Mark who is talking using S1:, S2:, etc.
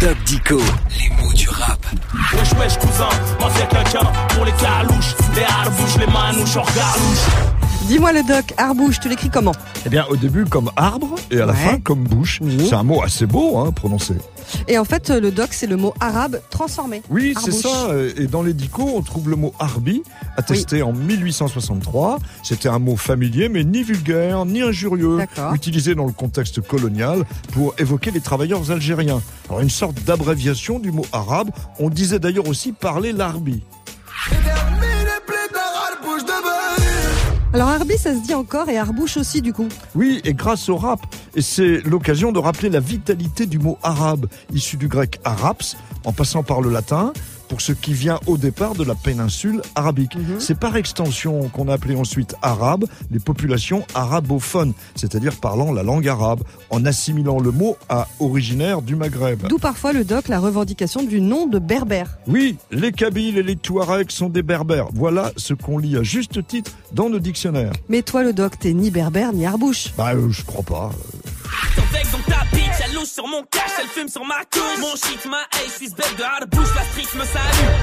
S1: Top Dico, les mots du rap.
S2: Wesh wesh cousin, moi c'est quelqu'un pour les calouches, les harbouches, les manouches, en galouche.
S3: Dis-moi le doc, Arbouche, tu l'écris comment
S4: Eh bien, au début comme arbre et à la
S3: Ouais.
S4: fin comme bouche.
S3: Oui.
S4: C'est un mot assez beau, hein, prononcé.
S3: Et en fait, euh, le doc, c'est le mot arabe transformé.
S4: Oui, c'est
S3: Arbouche.
S4: ça. euh, Et dans les dico, on trouve le mot arbi, attesté en 1863. C'était un mot familier, mais ni vulgaire, ni injurieux,
S3: D'accord.
S4: utilisé dans le contexte colonial pour évoquer les travailleurs algériens. Alors, une sorte d'abréviation du mot arabe. On disait d'ailleurs aussi parler l'arbi.
S3: Alors Arbi, ça se dit encore et Arbouche aussi du coup.
S4: Oui, et grâce au rap. Et c'est l'occasion de rappeler la vitalité du mot arabe, issu du grec araps, en passant par le latin, pour ce qui vient au départ de la péninsule arabique. C'est par extension qu'on a appelé ensuite arabe les populations arabophones, c'est-à-dire parlant la langue arabe, en assimilant le mot à originaire du Maghreb.
S3: D'où parfois le doc la revendication du nom de berbère.
S4: Oui, les Kabyles et les Touaregs sont des berbères. Voilà ce qu'on lit à juste titre dans nos dictionnaires.
S3: Mais toi le doc, t'es ni berbère ni Arbouche.
S4: Bah, euh, je crois pas.
S2: Ton bec dans ta bitch, elle louche sur mon cash, elle fume sur ma couche. Mon shit, ma haie, je suis ce bec de harbouche, la street me salue.